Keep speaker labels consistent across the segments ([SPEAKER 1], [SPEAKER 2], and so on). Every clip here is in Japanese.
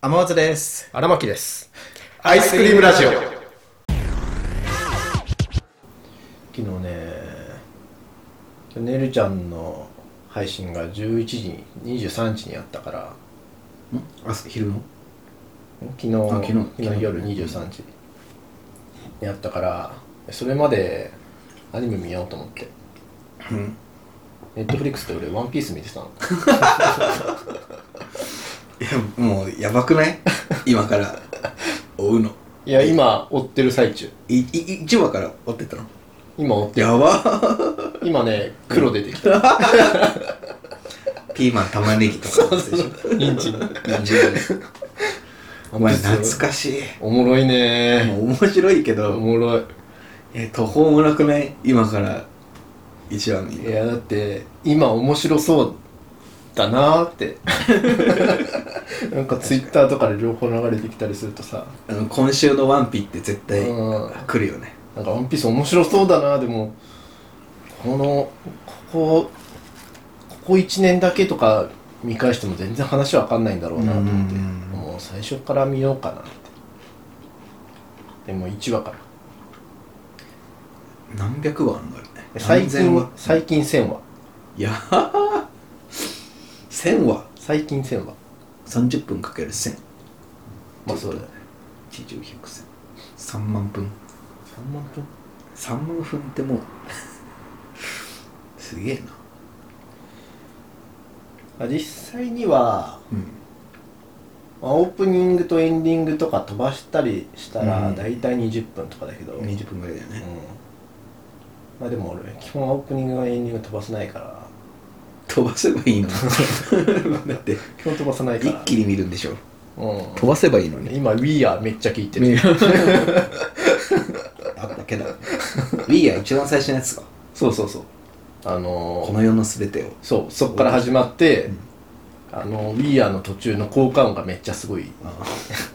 [SPEAKER 1] 天松です。
[SPEAKER 2] 荒牧です
[SPEAKER 1] アイスクリームラジオ
[SPEAKER 2] 昨
[SPEAKER 1] 昨日ね、ねるちゃんの配信が11時に、23時にあったから、
[SPEAKER 3] あ昼の
[SPEAKER 1] 昨日、
[SPEAKER 3] あ昨日
[SPEAKER 1] 昨
[SPEAKER 3] 昨
[SPEAKER 1] 日
[SPEAKER 3] 日
[SPEAKER 1] 夜23時にあったから、それまでアニメ見ようと思って。
[SPEAKER 3] うん
[SPEAKER 1] ネットフリックスって俺、ワンピース見てたの。
[SPEAKER 3] いやもうやばくない今から追うの
[SPEAKER 1] いや、今、追ってる最中。
[SPEAKER 3] いい1話から追ってたの
[SPEAKER 1] 今追って、
[SPEAKER 3] やば
[SPEAKER 1] 今ね、黒出てき た。
[SPEAKER 3] ピーマン玉ねぎとかでしょ
[SPEAKER 1] 人参。
[SPEAKER 3] 感じるねお前懐かしい
[SPEAKER 1] おもろいね
[SPEAKER 3] もう面白いけ
[SPEAKER 1] お
[SPEAKER 3] ど
[SPEAKER 1] もろい。
[SPEAKER 3] え途方もなくない今から1話見
[SPEAKER 1] い
[SPEAKER 3] る
[SPEAKER 1] やだって今面白そうだなーって なんかツイッターとかで情報流れてきたりするとさ、
[SPEAKER 3] あの今週の「ワンピ」って絶対
[SPEAKER 1] うんなんか
[SPEAKER 3] 来るよね
[SPEAKER 1] 「ワンピース面白そうだなでもこのここここ1年だけとか見返しても全然話わかんないんだろうなと思って
[SPEAKER 3] うん
[SPEAKER 1] もう最初から見ようかなってでも1話から
[SPEAKER 3] 何百話あるんだろうね
[SPEAKER 1] で最
[SPEAKER 3] 何千
[SPEAKER 1] 近
[SPEAKER 3] 話
[SPEAKER 1] 最近1000話
[SPEAKER 3] いやー1000話
[SPEAKER 1] 最近1000話
[SPEAKER 3] 30分かける1000
[SPEAKER 1] まあそうだよね
[SPEAKER 3] 地上100戦3万分
[SPEAKER 1] 3万分
[SPEAKER 3] 3万分ってもうすげえな
[SPEAKER 1] あ実際には
[SPEAKER 3] うん
[SPEAKER 1] まあ、オープニングとエンディングとか飛ばしたりしたら
[SPEAKER 3] うん
[SPEAKER 1] 大体20分とかだけど、うん
[SPEAKER 3] 20分ぐらいだよね、
[SPEAKER 1] まあでも俺基本はオープニングがエンディング飛ばさないから
[SPEAKER 3] 飛ばせばいいの だって
[SPEAKER 1] 基本飛ばさないか
[SPEAKER 3] 一
[SPEAKER 1] ら
[SPEAKER 3] 気に見るんでしょ
[SPEAKER 1] う
[SPEAKER 3] 飛ばせばいいの
[SPEAKER 1] ん、
[SPEAKER 3] に
[SPEAKER 1] 今 We Are めっちゃ聞いてる、
[SPEAKER 3] あったけど We are 一番最初のやつが
[SPEAKER 1] そうそうそうあのー
[SPEAKER 3] この世の全てを
[SPEAKER 1] そうそっから始まって、
[SPEAKER 3] うん
[SPEAKER 1] あの We Are の途中の効果音がめっちゃすごい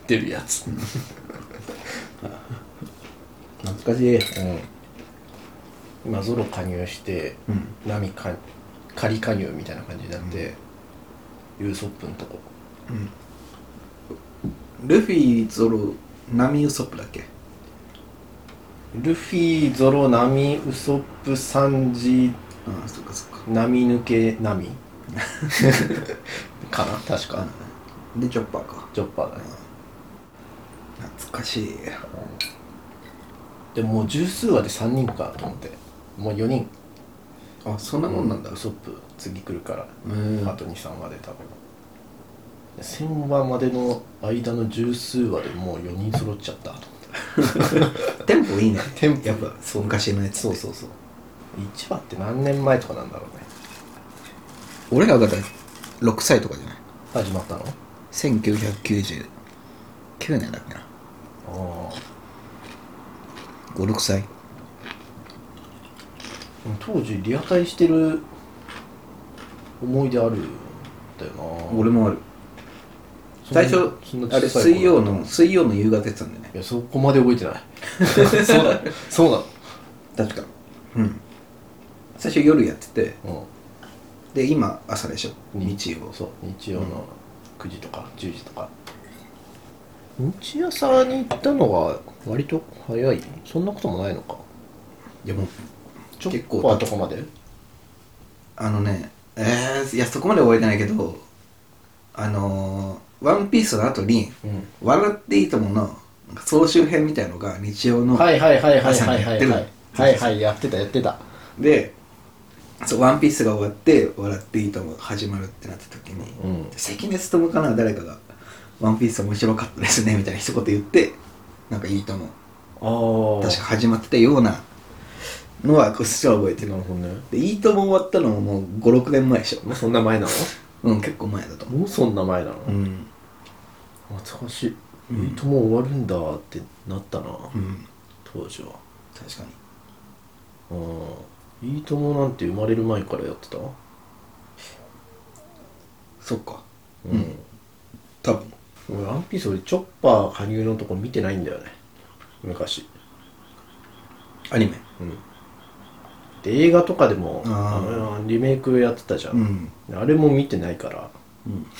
[SPEAKER 1] 出るやつ、
[SPEAKER 3] 懐かしい
[SPEAKER 1] うん、今ゾロ加入して
[SPEAKER 3] うん
[SPEAKER 1] 波か仮加入みたいな感じになって、ユーソップのとこ
[SPEAKER 3] ルフィゾロナミウソップだっけ
[SPEAKER 1] ルフィ、ゾロ、ナミ、ウソップ、サンジ、
[SPEAKER 3] ああそっかそっか
[SPEAKER 1] ナミ抜け、ナ ミかな確か。
[SPEAKER 3] うんでチョッパーか
[SPEAKER 1] ジョッパーだね。
[SPEAKER 3] 懐かしい
[SPEAKER 1] でももう十数話で3人かと思って。もう4人。
[SPEAKER 3] あそんなもんなんだ
[SPEAKER 1] ウソップ、次来るから。
[SPEAKER 3] うん
[SPEAKER 1] あと2、3話で多分。1000話までの間の十数話でもう4人揃っちゃったと思って。
[SPEAKER 3] テンポいいね
[SPEAKER 1] テンポ
[SPEAKER 3] やっぱそう昔のやつ
[SPEAKER 1] そうそうそう。1話って何年前とかなんだろうね。
[SPEAKER 3] 俺らがだ6歳とかじゃない
[SPEAKER 1] 始まったの
[SPEAKER 3] 1999年だっけな
[SPEAKER 1] ああ。
[SPEAKER 3] 56歳
[SPEAKER 1] 当時リアタイしてる思い出あるんだよな
[SPEAKER 3] 俺もある
[SPEAKER 1] そんな
[SPEAKER 3] 最初
[SPEAKER 1] そんな小
[SPEAKER 3] あれ
[SPEAKER 1] さい頃
[SPEAKER 3] 水曜の水曜の夕方やってたんだよね
[SPEAKER 1] いやそこまで覚え てないそうだそうだ
[SPEAKER 3] 確かうん最初夜やってて
[SPEAKER 1] う
[SPEAKER 3] で今朝でしょ
[SPEAKER 1] ん
[SPEAKER 3] 日曜
[SPEAKER 1] そう日曜の9時とか10時とか日朝に行ったのが割と早いそんなこともないのか
[SPEAKER 3] いやもう
[SPEAKER 1] ちょっ
[SPEAKER 3] 結構
[SPEAKER 1] ととこまで
[SPEAKER 3] あのねえー、いやそこまで覚えてないけどあのー「ワンピースの後に
[SPEAKER 1] うん
[SPEAKER 3] 「笑っていいとも!」のなんか総集編みたいのが日曜の、
[SPEAKER 1] はいはいはいはいはい
[SPEAKER 3] 朝
[SPEAKER 1] は
[SPEAKER 3] にやっ
[SPEAKER 1] い
[SPEAKER 3] てる
[SPEAKER 1] はいはいはいやってたやってた
[SPEAKER 3] でそう「ワンピースが終わって「笑っていいとも!」始まるってなった時に、
[SPEAKER 1] うん
[SPEAKER 3] 関根勤かな誰かが「ワンピース面白かったですね」みたいな一言言ってなんか「いいとも
[SPEAKER 1] あ」
[SPEAKER 3] 確か始まってたようなのはこっちは覚えてる
[SPEAKER 1] なるほどね
[SPEAKER 3] で「いいとも」終わったのももう56年前でしょ
[SPEAKER 1] もうそんな前な
[SPEAKER 3] うん結構前だと
[SPEAKER 1] の
[SPEAKER 3] 思
[SPEAKER 1] もうそんな前なの
[SPEAKER 3] ううん、
[SPEAKER 1] 懐かしい「
[SPEAKER 3] うん
[SPEAKER 1] いいとも終わるんだ」ってなったな、
[SPEAKER 3] うん、
[SPEAKER 1] 当時は
[SPEAKER 3] 確かに
[SPEAKER 1] うん「いいとも」なんて生まれる前からやってたうん、
[SPEAKER 3] そっか多分
[SPEAKER 1] 俺ワンピース俺チョッパー加入のとこ見てないんだよね昔
[SPEAKER 3] アニメ
[SPEAKER 1] で映画とかでも
[SPEAKER 3] あ
[SPEAKER 1] あのリメイクやってたじゃ、
[SPEAKER 3] うんん
[SPEAKER 1] あれも見てないから
[SPEAKER 3] うん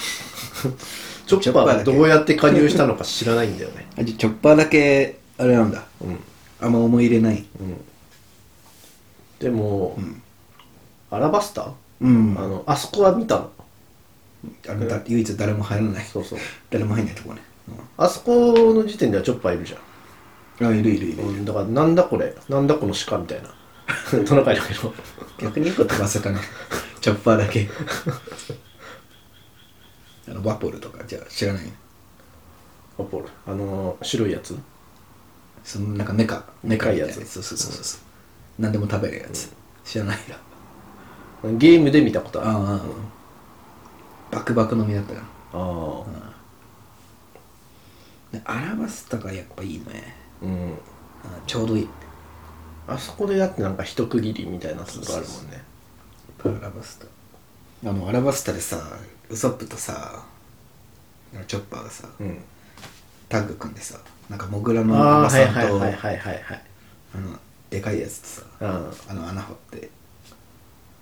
[SPEAKER 1] チョッパーがどうやって加入したのか知らないんだよね
[SPEAKER 3] あじゃあチョッパーだけあれなんだ
[SPEAKER 1] うん
[SPEAKER 3] あんま思い入れない
[SPEAKER 1] でも、
[SPEAKER 3] うん
[SPEAKER 1] アラバスタ、
[SPEAKER 3] うん
[SPEAKER 1] あのあそこは見たの
[SPEAKER 3] あのだ唯一誰も入らない
[SPEAKER 1] そうそう
[SPEAKER 3] 誰も入んないとこね、
[SPEAKER 1] あそこの時点ではチョッパーいるじゃん
[SPEAKER 3] あいるいるいる
[SPEAKER 1] うんだからなんだこれなんだこの鹿みたいな トナカイだけ ど
[SPEAKER 3] 逆に一個飛ば せたねチョッパーだけ あのワポルとかじゃあ知らない
[SPEAKER 1] アポロあのー白いやつ
[SPEAKER 3] そのなんかメカ
[SPEAKER 1] メカい
[SPEAKER 3] みた
[SPEAKER 1] や
[SPEAKER 3] い
[SPEAKER 1] つ
[SPEAKER 3] なそうそうそうそう、何でも食べるやつ、知らないな
[SPEAKER 1] ゲームで見たことある
[SPEAKER 3] ああバクバク飲みだったか
[SPEAKER 1] あー
[SPEAKER 3] らでアラバスタがやっぱいいね
[SPEAKER 1] うん
[SPEAKER 3] あちょうどいい
[SPEAKER 1] あそこでだってなんか一区切りみたいなとこあるもんね
[SPEAKER 3] アラバスタあのアラバスタでさウソップとさチョッパーがさ
[SPEAKER 1] うん
[SPEAKER 3] タッグ組んでさなんかモグラのお
[SPEAKER 1] ああ
[SPEAKER 3] ば
[SPEAKER 1] ーはい
[SPEAKER 3] さん
[SPEAKER 1] はい
[SPEAKER 3] と
[SPEAKER 1] はいはいはいはい
[SPEAKER 3] あのでかいやつとさ
[SPEAKER 1] うん
[SPEAKER 3] あの穴掘って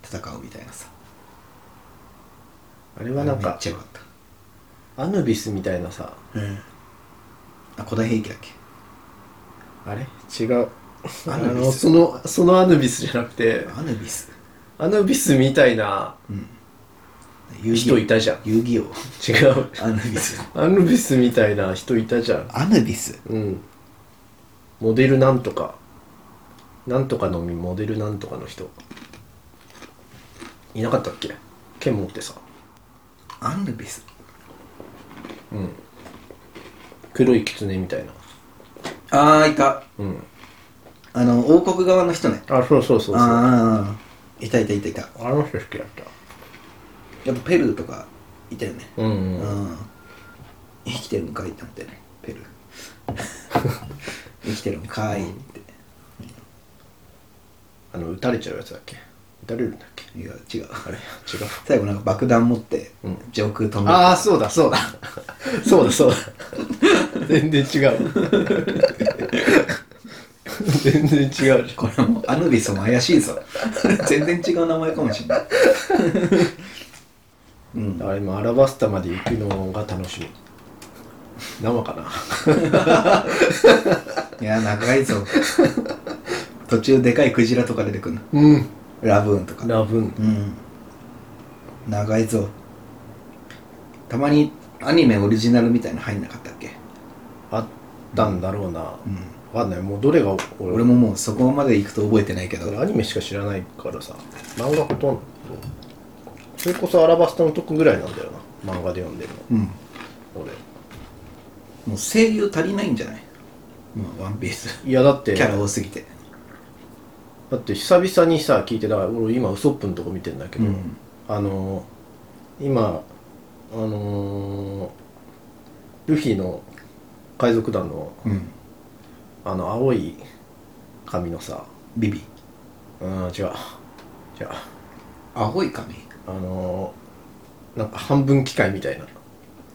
[SPEAKER 3] 戦うみたいなさ
[SPEAKER 1] あれはなん
[SPEAKER 3] めっ
[SPEAKER 1] か
[SPEAKER 3] ちゃよかっ
[SPEAKER 1] アヌビスみたいなさ
[SPEAKER 3] たうんあ古代兵器だっけ
[SPEAKER 1] あれ違う
[SPEAKER 3] ア
[SPEAKER 1] あ
[SPEAKER 3] ヌビス
[SPEAKER 1] のそのそのアヌビスじゃなくて
[SPEAKER 3] アヌビス
[SPEAKER 1] アヌビスみたいな
[SPEAKER 3] うん
[SPEAKER 1] 人いたじゃん
[SPEAKER 3] 遊戯王
[SPEAKER 1] 違う
[SPEAKER 3] アヌビス
[SPEAKER 1] アヌビスみたいな人いたじゃん
[SPEAKER 3] アヌビス
[SPEAKER 1] うんモデルなんとかなんとかのみモデルなんとかの人いなかったっけ剣持ってさ
[SPEAKER 3] アヌビス
[SPEAKER 1] うん黒い狐みたいな
[SPEAKER 3] ああいた
[SPEAKER 1] うん
[SPEAKER 3] あの王国側の人ね
[SPEAKER 1] あそうそうそうそうあ
[SPEAKER 3] ああいたいたいたいた
[SPEAKER 1] の人好きだっ
[SPEAKER 3] やっぱペルーとかいたよね
[SPEAKER 1] たうん、うん、
[SPEAKER 3] うん生きてるんかいって思ってねペルー生きてるんかいって
[SPEAKER 1] あの撃たれちゃうやつだっけ撃たれるんだっけ
[SPEAKER 3] いや違う
[SPEAKER 1] あれ違う
[SPEAKER 3] 最後なんか爆弾持って
[SPEAKER 1] うん
[SPEAKER 3] 上空飛んで
[SPEAKER 1] ああそうだそう だそうだそうだ全然違う全然違うじゃん
[SPEAKER 3] これもうアヌビスも怪しいぞ全然違う名前かもしれないうん
[SPEAKER 1] あれもアラバスタまで行くのが楽しみ生かない
[SPEAKER 3] や長いぞ途中でかいクジラとか出てくるの
[SPEAKER 1] うん
[SPEAKER 3] ラブーンとか
[SPEAKER 1] ラブン
[SPEAKER 3] うん長いぞたまにアニメオリジナルみたいなの入んなかったっけ
[SPEAKER 1] あったんだろうな、わ
[SPEAKER 3] うん
[SPEAKER 1] かんないもうどれが俺
[SPEAKER 3] 俺ももうそこまで行くと覚えてないけど
[SPEAKER 1] 俺アニメしか知らないからさ漫画ほとんどそれこそアラバスタのとこぐらいなんだよな漫画で読んでる
[SPEAKER 3] うん
[SPEAKER 1] の俺
[SPEAKER 3] もう声優足りないんじゃないまあワンピース
[SPEAKER 1] いやだって
[SPEAKER 3] キャラ多すぎて
[SPEAKER 1] だって久々にさ聞いてだから俺今ウソップのとこ見てんだけ
[SPEAKER 3] う
[SPEAKER 1] ど、
[SPEAKER 3] ん
[SPEAKER 1] あのー、今あのー、ルフィの海賊団の
[SPEAKER 3] うん
[SPEAKER 1] あの青い髪のさ
[SPEAKER 3] ビビ
[SPEAKER 1] うん違う違う
[SPEAKER 3] 青い髪
[SPEAKER 1] あのー、なんか半分機械みたい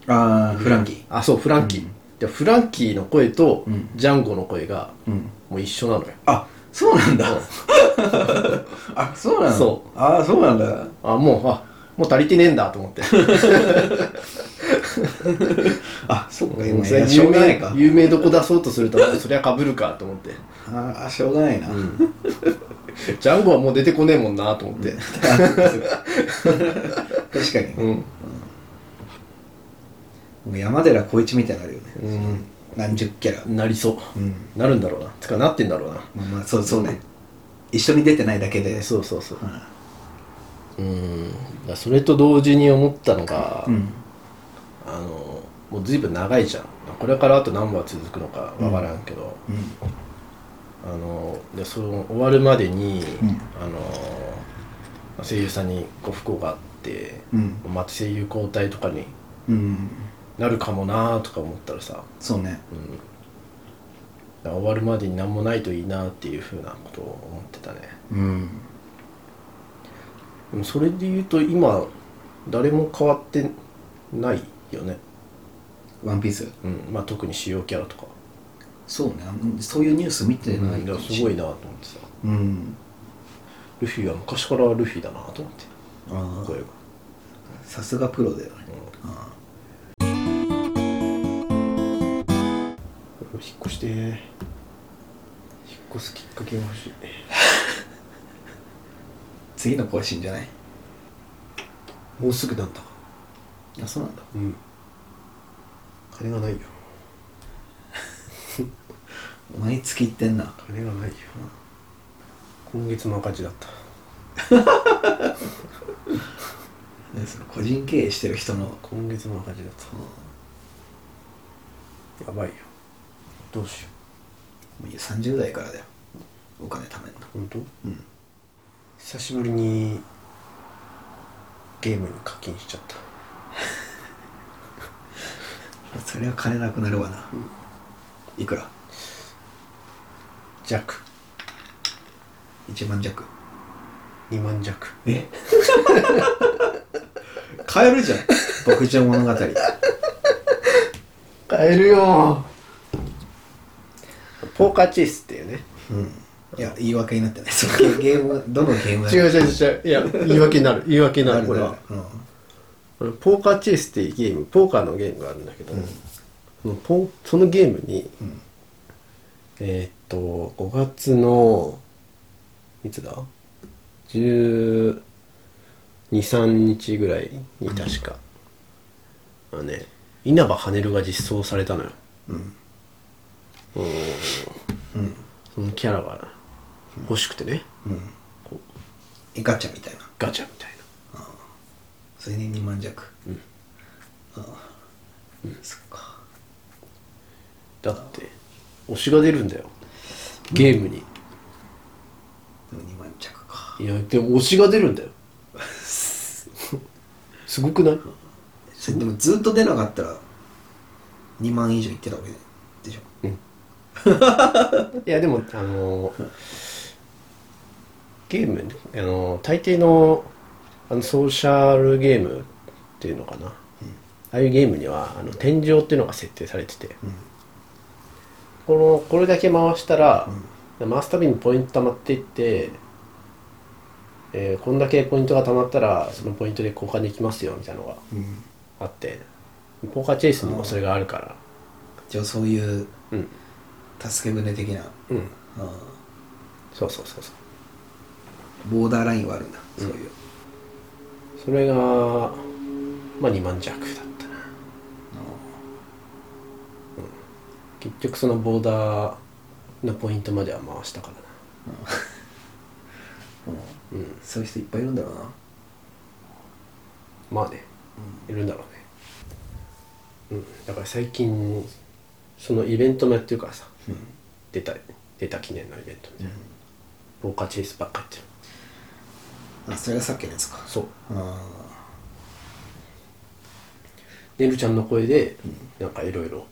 [SPEAKER 1] な
[SPEAKER 3] ああフランキー
[SPEAKER 1] あそうフランキー、
[SPEAKER 3] うん
[SPEAKER 1] でフランキーの声と
[SPEAKER 3] うん
[SPEAKER 1] ジャンゴの声が
[SPEAKER 3] うん
[SPEAKER 1] もう一緒なのよ
[SPEAKER 3] あそうなんだ あそうなんだ
[SPEAKER 1] そ
[SPEAKER 3] ああそうなんだ
[SPEAKER 1] あもうあもう足りてねえんだと思 って
[SPEAKER 3] あそうか
[SPEAKER 1] もう
[SPEAKER 3] 今
[SPEAKER 1] それ
[SPEAKER 3] しょ
[SPEAKER 1] 有
[SPEAKER 3] うがないか
[SPEAKER 1] 名有名どこ出そうとすると そりゃかぶるかと思って
[SPEAKER 3] ああしょうがないな、
[SPEAKER 1] ジャンゴはもう出てこねえもんなと思って
[SPEAKER 3] 確かに、も
[SPEAKER 1] うん
[SPEAKER 3] う山寺宏一みたいになるよね、
[SPEAKER 1] うん
[SPEAKER 3] 何十キャラ
[SPEAKER 1] なりそう
[SPEAKER 3] うん
[SPEAKER 1] なるんだろうなつかなってんだろうな
[SPEAKER 3] まあ、まあ、そうそうね、一緒に出てないだけで
[SPEAKER 1] え
[SPEAKER 3] う
[SPEAKER 1] そうそうそう
[SPEAKER 3] うん
[SPEAKER 1] うんだそれと同時に思ったのが、
[SPEAKER 3] うん
[SPEAKER 1] あのもう随分長いじゃんこれからあと何話続くのかわからんけど、あのでその終わるまでに、
[SPEAKER 3] うん
[SPEAKER 1] あの声優さんにご不幸があって、
[SPEAKER 3] うん
[SPEAKER 1] また声優交代とかに
[SPEAKER 3] うん
[SPEAKER 1] なるかもなーとか思ったらさ、
[SPEAKER 3] そうね
[SPEAKER 1] うん、だから終わるまでに何もないといいなっていうふうなことを思ってたね
[SPEAKER 3] うん
[SPEAKER 1] でもそれで言うと今誰も変わってないよね、
[SPEAKER 3] ワンピース
[SPEAKER 1] うんまあ、特に主要キャラとか、
[SPEAKER 3] そうねあんそういうニュース見てない
[SPEAKER 1] うんだからすごいなと思ってさ
[SPEAKER 3] うん
[SPEAKER 1] ルフィは昔からルフィだなと思って
[SPEAKER 3] あ
[SPEAKER 1] 声が
[SPEAKER 3] あさすがプロだよね、ああ
[SPEAKER 1] 越して引っ越すきっかけが欲しい
[SPEAKER 3] 次の更新じゃない
[SPEAKER 1] もうすぐなんだ
[SPEAKER 3] あそうなんだ
[SPEAKER 1] うん金がないよ
[SPEAKER 3] お前に月いってんな
[SPEAKER 1] 金がないよ今月の赤字だった
[SPEAKER 3] ねその個人経営してる人の
[SPEAKER 1] 今月の赤字だったやばいよどうしよ
[SPEAKER 3] もういいよ30代からだよお金貯めんの
[SPEAKER 1] う本当
[SPEAKER 3] うん
[SPEAKER 1] 久しぶりにゲームに課金しちゃった
[SPEAKER 3] それは金なくなるわな、いくら
[SPEAKER 1] 弱
[SPEAKER 3] 1万弱
[SPEAKER 1] 2万弱
[SPEAKER 3] え 買えるじゃん牧場物語
[SPEAKER 1] 買えるよポーカーチェイスっていうね
[SPEAKER 3] うんいや言い訳になって ないそのゲームはどのゲーム
[SPEAKER 1] 違う違う違ういや言い訳になる言い訳になるこれは
[SPEAKER 3] うん、
[SPEAKER 1] これポーカーチェイスっていうゲームポーカーのゲームがあるんだけど、
[SPEAKER 3] うん
[SPEAKER 1] そのポーそのゲームに
[SPEAKER 3] うん、
[SPEAKER 1] えーっと5月のいつだ123日ぐらいに確か、あのね稲葉跳ねるが実装されたのよ、
[SPEAKER 3] うん
[SPEAKER 1] うん
[SPEAKER 3] うん
[SPEAKER 1] そのキャラが欲しくてね
[SPEAKER 3] うん
[SPEAKER 1] こう
[SPEAKER 3] えガチャみたいな
[SPEAKER 1] ガチャみたい
[SPEAKER 3] それに2万弱
[SPEAKER 1] うん
[SPEAKER 3] ああ、そっか
[SPEAKER 1] なだって推しが出るんだよゲームに、
[SPEAKER 3] でも2万弱か
[SPEAKER 1] いやでも推しが出るん だよすごくない
[SPEAKER 3] それでもずっと出なかったら2万以上いってたわけでしょ
[SPEAKER 1] いやでもあのゲームあの大抵のあのソーシャルゲームっていうのかな、ああいうゲームにはあの天井っていうのが設定されてて
[SPEAKER 3] うん
[SPEAKER 1] このこれだけ回したら
[SPEAKER 3] うん、
[SPEAKER 1] 回すたびにポイント貯まっていって、えーこんだけポイントが貯まったらそのポイントで交換できますよみたいなのが
[SPEAKER 3] うん、
[SPEAKER 1] あってポーカーチェイスにもそれがあるから
[SPEAKER 3] じゃあそういう
[SPEAKER 1] うん
[SPEAKER 3] 助け舟的な、
[SPEAKER 1] うん
[SPEAKER 3] ああ
[SPEAKER 1] そうそうそうそう
[SPEAKER 3] ボーダーラインはあるんだ、そういう
[SPEAKER 1] それがまあ2万弱だったな結局そのボーダーのポイントまでは回したからな
[SPEAKER 3] うんそういう人いっぱいいるんだろうな
[SPEAKER 1] まあねいるんだろうねうんだから最近そのイベントもやってるからさ、出た出た記念のイベントみたいな、ポーカーチェイスばっかやってる
[SPEAKER 3] あそれがさっきのやつか
[SPEAKER 1] そう
[SPEAKER 3] あ
[SPEAKER 1] ねるちゃんの声でなんかいろいろ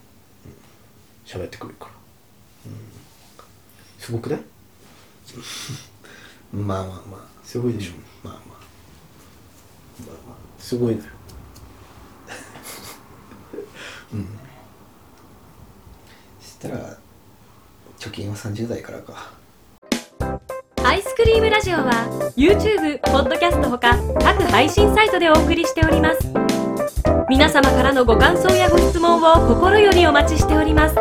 [SPEAKER 1] 喋ってくるから、すごくない
[SPEAKER 3] あまあまあまあ
[SPEAKER 1] すごいでしょ、
[SPEAKER 3] まあまあまあまあ
[SPEAKER 1] すごいのよ
[SPEAKER 3] そしたら貯金は30代からか
[SPEAKER 2] アイスクリームラジオは YouTube、ポッドキャストほか各配信サイトでお送りしております皆様からのご感想やご質問を心よりお待ちしております